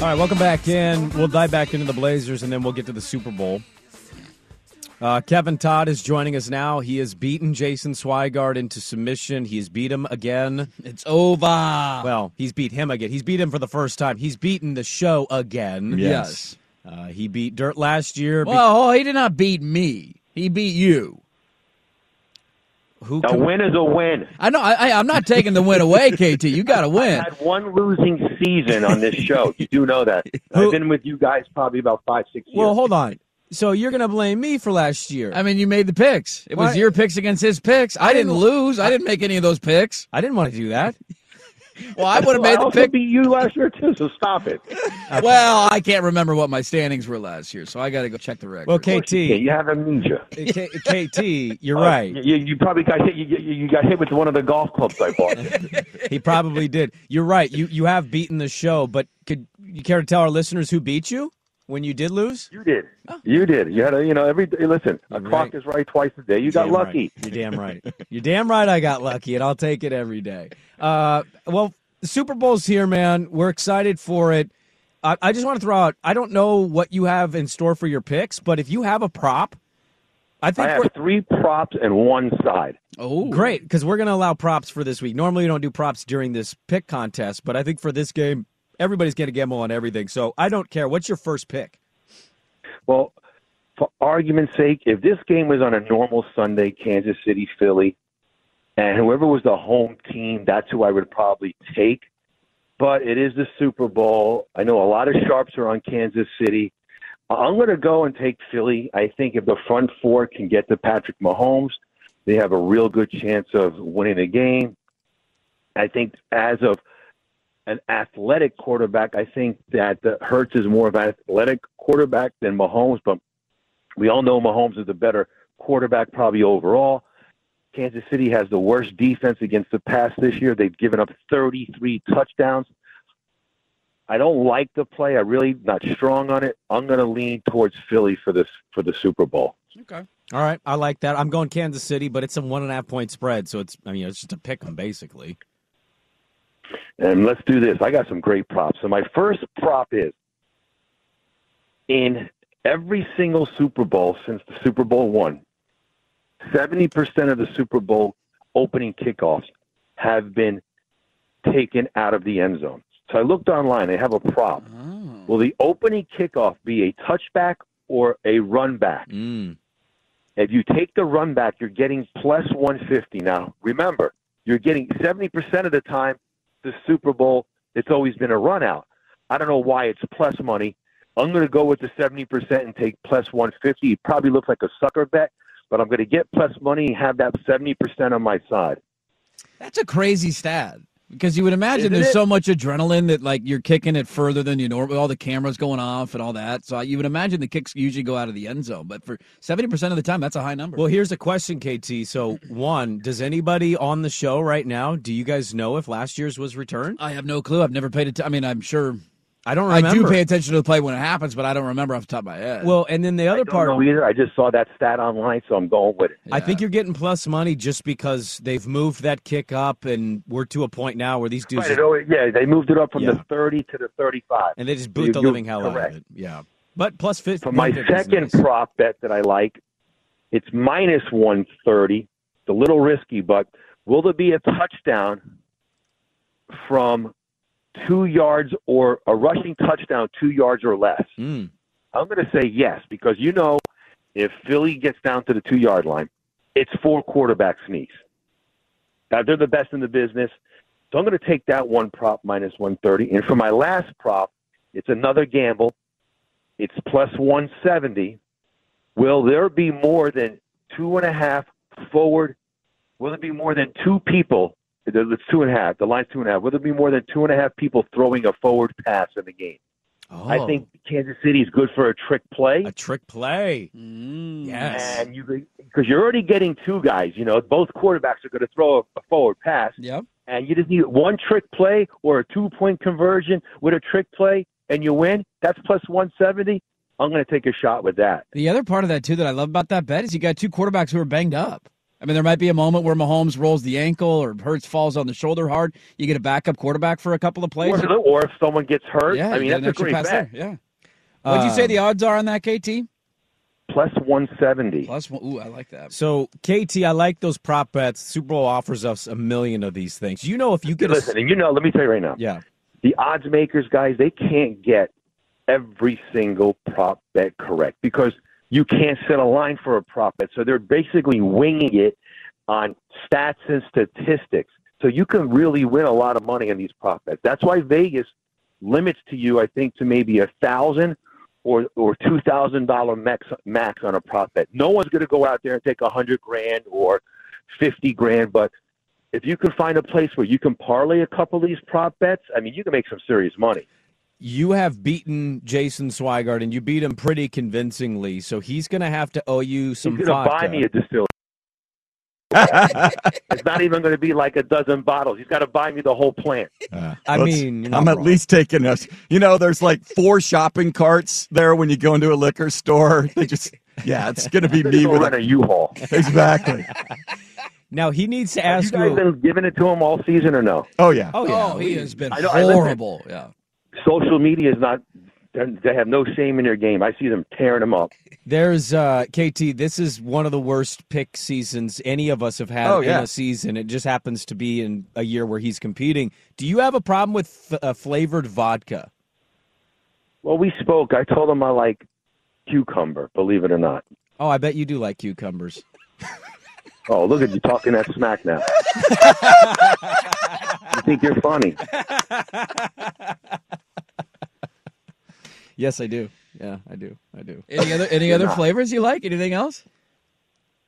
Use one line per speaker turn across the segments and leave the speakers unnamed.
All right, welcome back in. We'll dive back into the Blazers and then we'll get to the Super Bowl. Uh, Kevin Todd is joining us now. He has beaten Jason Swigard into submission. He's beat him again.
It's over.
Well, he's beat him again. He's beat him for the first time. He's beaten the show again.
Yes.
Uh, he beat Dirt last year. Be-
Well, he did not beat me. He beat you.
who
A
can-
win is a win.
I know. I, I, I'm not taking the win away, KT. You got to win.
I had one losing season on this show. You do know that. I've been with you guys probably about five, six years.
Well, hold on. So you're going to blame me for last year?
I mean, you made the picks. It was
Why-
your picks against his picks. I, didn't,
didn't-
lose. I didn't make any of those picks.
I didn't want to do that.
Well, I would have
I
made the
also
pick.
beat you last year too, so stop it.
Well, I can't remember what my standings were last year, so I got to go check the record.
Well,
Yeah, Oh,
KT,
you have amnesia.
K- KT, you're right.
You, you probably got hit. You, you you got hit with one of the golf clubs I bought.
He probably did. You're right. You you have beaten the show, but could you care to tell our listeners who beat you when you did lose?
you did. You did. You had a. You know, every day. Listen, a clock is right twice a day. You got
Damn right.
lucky.
You're damn right. You're damn right. I got lucky, and I'll take it every day. Uh, well, the Super Bowl's here, man. We're excited for it. I, I just want to throw out. I don't know what you have in store for your picks, but if you have a prop, I think
I
we're
have three props and one side.
oh,
Great, because we're going to allow props for this week. Normally, we don't do props during this pick contest, but I think for this game, everybody's going to gamble on everything. So I don't care. What's your first pick?
Well, for argument's sake, if this game was on a normal Sunday, Kansas City, Philly, and whoever was the home team, that's who I would probably take. But it is the Super Bowl. I know a lot of sharps are on Kansas City. I'm going to go and take Philly. I think if the front four can get to Patrick Mahomes, they have a real good chance of winning the game. I think as of an athletic quarterback. I think that the Hertz is more of an athletic quarterback than Mahomes, but we all know Mahomes is the better quarterback probably overall. Kansas City has the worst defense against the pass this year. They've given up 33 touchdowns. I don't like the play. I really not strong on it. I'm going to lean towards Philly for this for the Super Bowl.
Okay.
All right, I like that. I'm going Kansas City, but it's a one and a half point spread, so it's I mean it's just a pick 'em basically.
And let's do this. I got some great props. So my first prop is in every single Super Bowl since the Super Bowl one, 70% of the Super Bowl opening kickoffs have been taken out of the end zone. So I looked online. They have a prop.
Oh.
Will the opening kickoff be a touchback or a run back?
Mm.
If you take the run back, you're getting plus 150 now. Remember, you're getting 70% of the time the Super Bowl, it's always been a run out. I don't know why it's plus money. I'm going to go with the 70% and take plus 150. It probably looks like a sucker bet, but I'm going to get plus money and have that 70% on my side.
That's a crazy stat because you would imagine
Isn't
there's
it?
so much adrenaline that like you're kicking it further than you normally. All the cameras going off and all that, so you would imagine the kicks usually go out of the end zone. But for seventy percent of the time, that's a high number.
Well, here's a question, KT. So one, does anybody on the show right now? Do you guys know if last year's was returned?
I have no clue. I've never paid. Att- I mean, I'm sure
I don't
I do
remember.
pay attention to the play when it happens, but I don't remember off the top of my head.
well, and then the
I
other
don't
part.
know either. I just saw that stat online, so I'm going with it.
I think you're getting plus money just because they've moved that kick up, and we're to a point now where these dudes
Right, it always- yeah, they moved it up from
Yeah.
the 30 to the 35.
and they just
You-
boot the
you're
living hell out
correct.
of it. Yeah, but plus fifty.
For my second prop bet that I like, it's minus 130. It's a little risky, but will there be a touchdown from two yards or a rushing touchdown two yards or less?
Mm.
I'm going to say yes because you know if Philly gets down to the two yard line, it's four quarterback sneaks. Now, they're the best in the business. So I'm going to take that one prop minus 130. And for my last prop, it's another gamble. It's plus 170. Will there be more than two and a half forward? Will there be more than two people? It's two and a half. The line's two and a half. Will there be more than two and a half people throwing a forward pass in the game?
Oh.
I think Kansas City is good for a trick play.
a trick play.
Oh.
Yes.
And you because you're already getting two guys. You know, both quarterbacks are going to throw a, a forward pass,
Yep.
and you just need one trick play or a two point conversion with a trick play, and you win. That's plus one seventy. I'm going to take a shot with that.
The other part of that too that I love about that bet is you got two quarterbacks who are banged up. I mean, there might be a moment where Mahomes rolls the ankle or Hurts falls on the shoulder hard. You get a backup quarterback for a couple of plays.
Or, or if someone gets hurt,
yeah,
I
you
mean
get an
that's
extra
a great
pass
bet.
there, Yeah. What'd you say
Um,
the odds are on that, KT?
Plus one seventy.
Plus one. Ooh, I like that.
So KT, I like those prop bets. Super Bowl offers us a million of these things. You know, if you get a
Listen, and you know, let me tell you right now.
yeah,
the odds makers guys they can't get every single prop bet correct because you can't set a line for a prop bet so they're basically winging it on stats and statistics so you can really win a lot of money on these prop bets that's why vegas limits to you i think to maybe a thousand or or two thousand dollar max max on a prop bet no one's going to go out there and take a hundred grand or fifty grand but if you can find a place where you can parlay a couple of these prop bets, I mean, you can make some serious money.
you have beaten Jason Swigard, and you beat him pretty convincingly. So he's going to have to owe you some.
You're going to buy
vodka.
me a distillery. it's not even going to be like a dozen bottles. He's got to buy me the whole plant.
I
Let's-
mean, you're not
I'm at
wrong.
least taking us. You know, there's like four shopping carts there when you go into a liquor store. They just, yeah, it's going to be me
He's going to
with
run a
a,
U-Haul.
exactly.
Now he needs to
Have you
ask
guys
you.
been giving it to him all season or no?
Oh yeah.
Oh yeah,
oh, he has been
I don't- I listen.
horrible. yeah.
Social media is not. they're- They have no shame in their game. I see them tearing them up.
There's uh, KT. This is one of the worst pick seasons any of us have had
Oh, yeah.
in a season. It just happens to be in a year where he's competing. Do you have a problem with uh, flavored vodka?
Well, we spoke. I told him I like cucumber. Believe it or not.
Oh, I bet you do like cucumbers.
Oh, look at you talking that smack now. you think you're funny?
Yes, I do. Yeah, I do. I do.
Any other any other flavors you like? Anything else?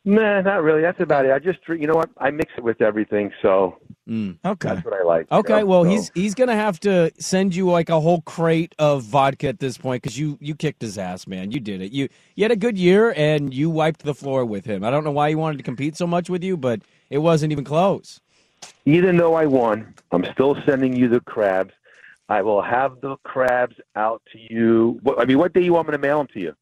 Nah, not really. That's about it. I just drink. You know what? I mix it with everything, so
Okay.
that's what I like. you
Okay,
know?
well,
So-
he's he's gonna have to send you like a whole crate of vodka at this point because you you kicked his ass, man. You did it. You you had a good year and you wiped the floor with him. I don't know why he wanted to compete so much with you, but it wasn't even close.
even though I won, I'm still sending you the crabs. I will have the crabs out to you. What, I mean, what day you want me to mail them to you?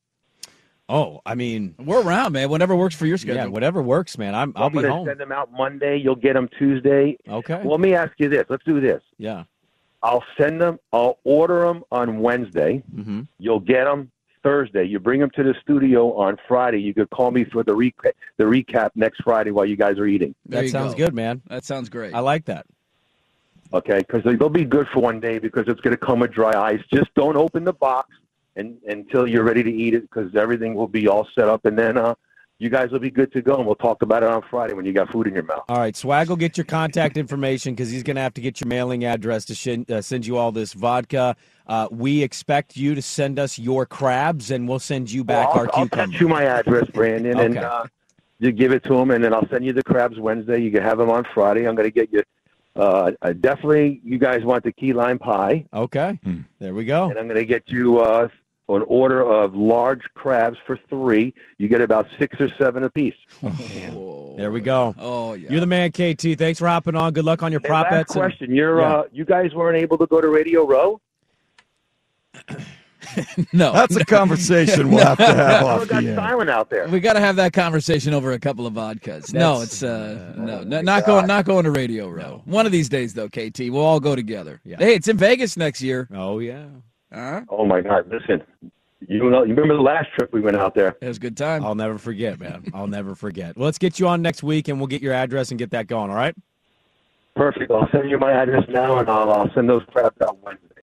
Oh, I mean,
We're around, man. Whatever works for your
yeah,
schedule.
whatever works, man. I'm I'll
I'm
be
gonna
home.
send them out Monday. You'll get them Tuesday.
Okay.
Well, let me ask you this. Let's do this.
Yeah.
I'll send them. I'll order them on Wednesday.
Mm-hmm.
You'll get them Thursday. You bring them to the studio on Friday. You could call me for the recap, the recap next Friday while you guys are eating.
There
That
you
sounds
go.
good, man.
That sounds great.
I like that.
Okay, because they'll be good for one day because it's going to come with dry ice. Just don't open the box and, until you're ready to eat it because everything will be all set up, and then uh, you guys will be good to go. And we'll talk about it on Friday when you got food in your mouth.
All right, Swag will get your contact information because he's going to have to get your mailing address to shin, uh, send you all this vodka. Uh, we expect you to send us your crabs, and we'll send you back our
Well, I'll, I'll
cucumber.
text you my address, Brandon, and
Okay.
uh, you give it to him, and then I'll send you the crabs Wednesday. You can have them on Friday. I'm going to get you. Uh, I definitely, you guys want the key lime pie,
Okay, there we go.
and I'm going to get you uh, an order of large crabs for three. You get about six or seven apiece.
There we go.
Oh yeah.
You're the man, KT. Thanks for hopping on. Good luck on your
Hey,
prop
last
bets. and-
question. You're
Yeah.
uh, you guys weren't able to go to Radio Row.
Oh, no.
That's a conversation we'll have to have off
Everyone got
the air.
silent out there.
we got to have that conversation over a couple of vodkas. no, it's uh, no, no- not going, not going to Radio Row. One of these days, though, KT, we'll all go together.
Yeah.
Hey, it's in Vegas next year.
Oh yeah.
Huh?
Oh my God! Listen, you know, you remember the last trip we went out there?
It was a good time.
I'll never forget, man. I'll never forget. Well, let's get you on next week, and we'll get your address and get that going. All right.
Perfect. I'll send you my address now, and I'll, I'll send those crabs out Wednesday.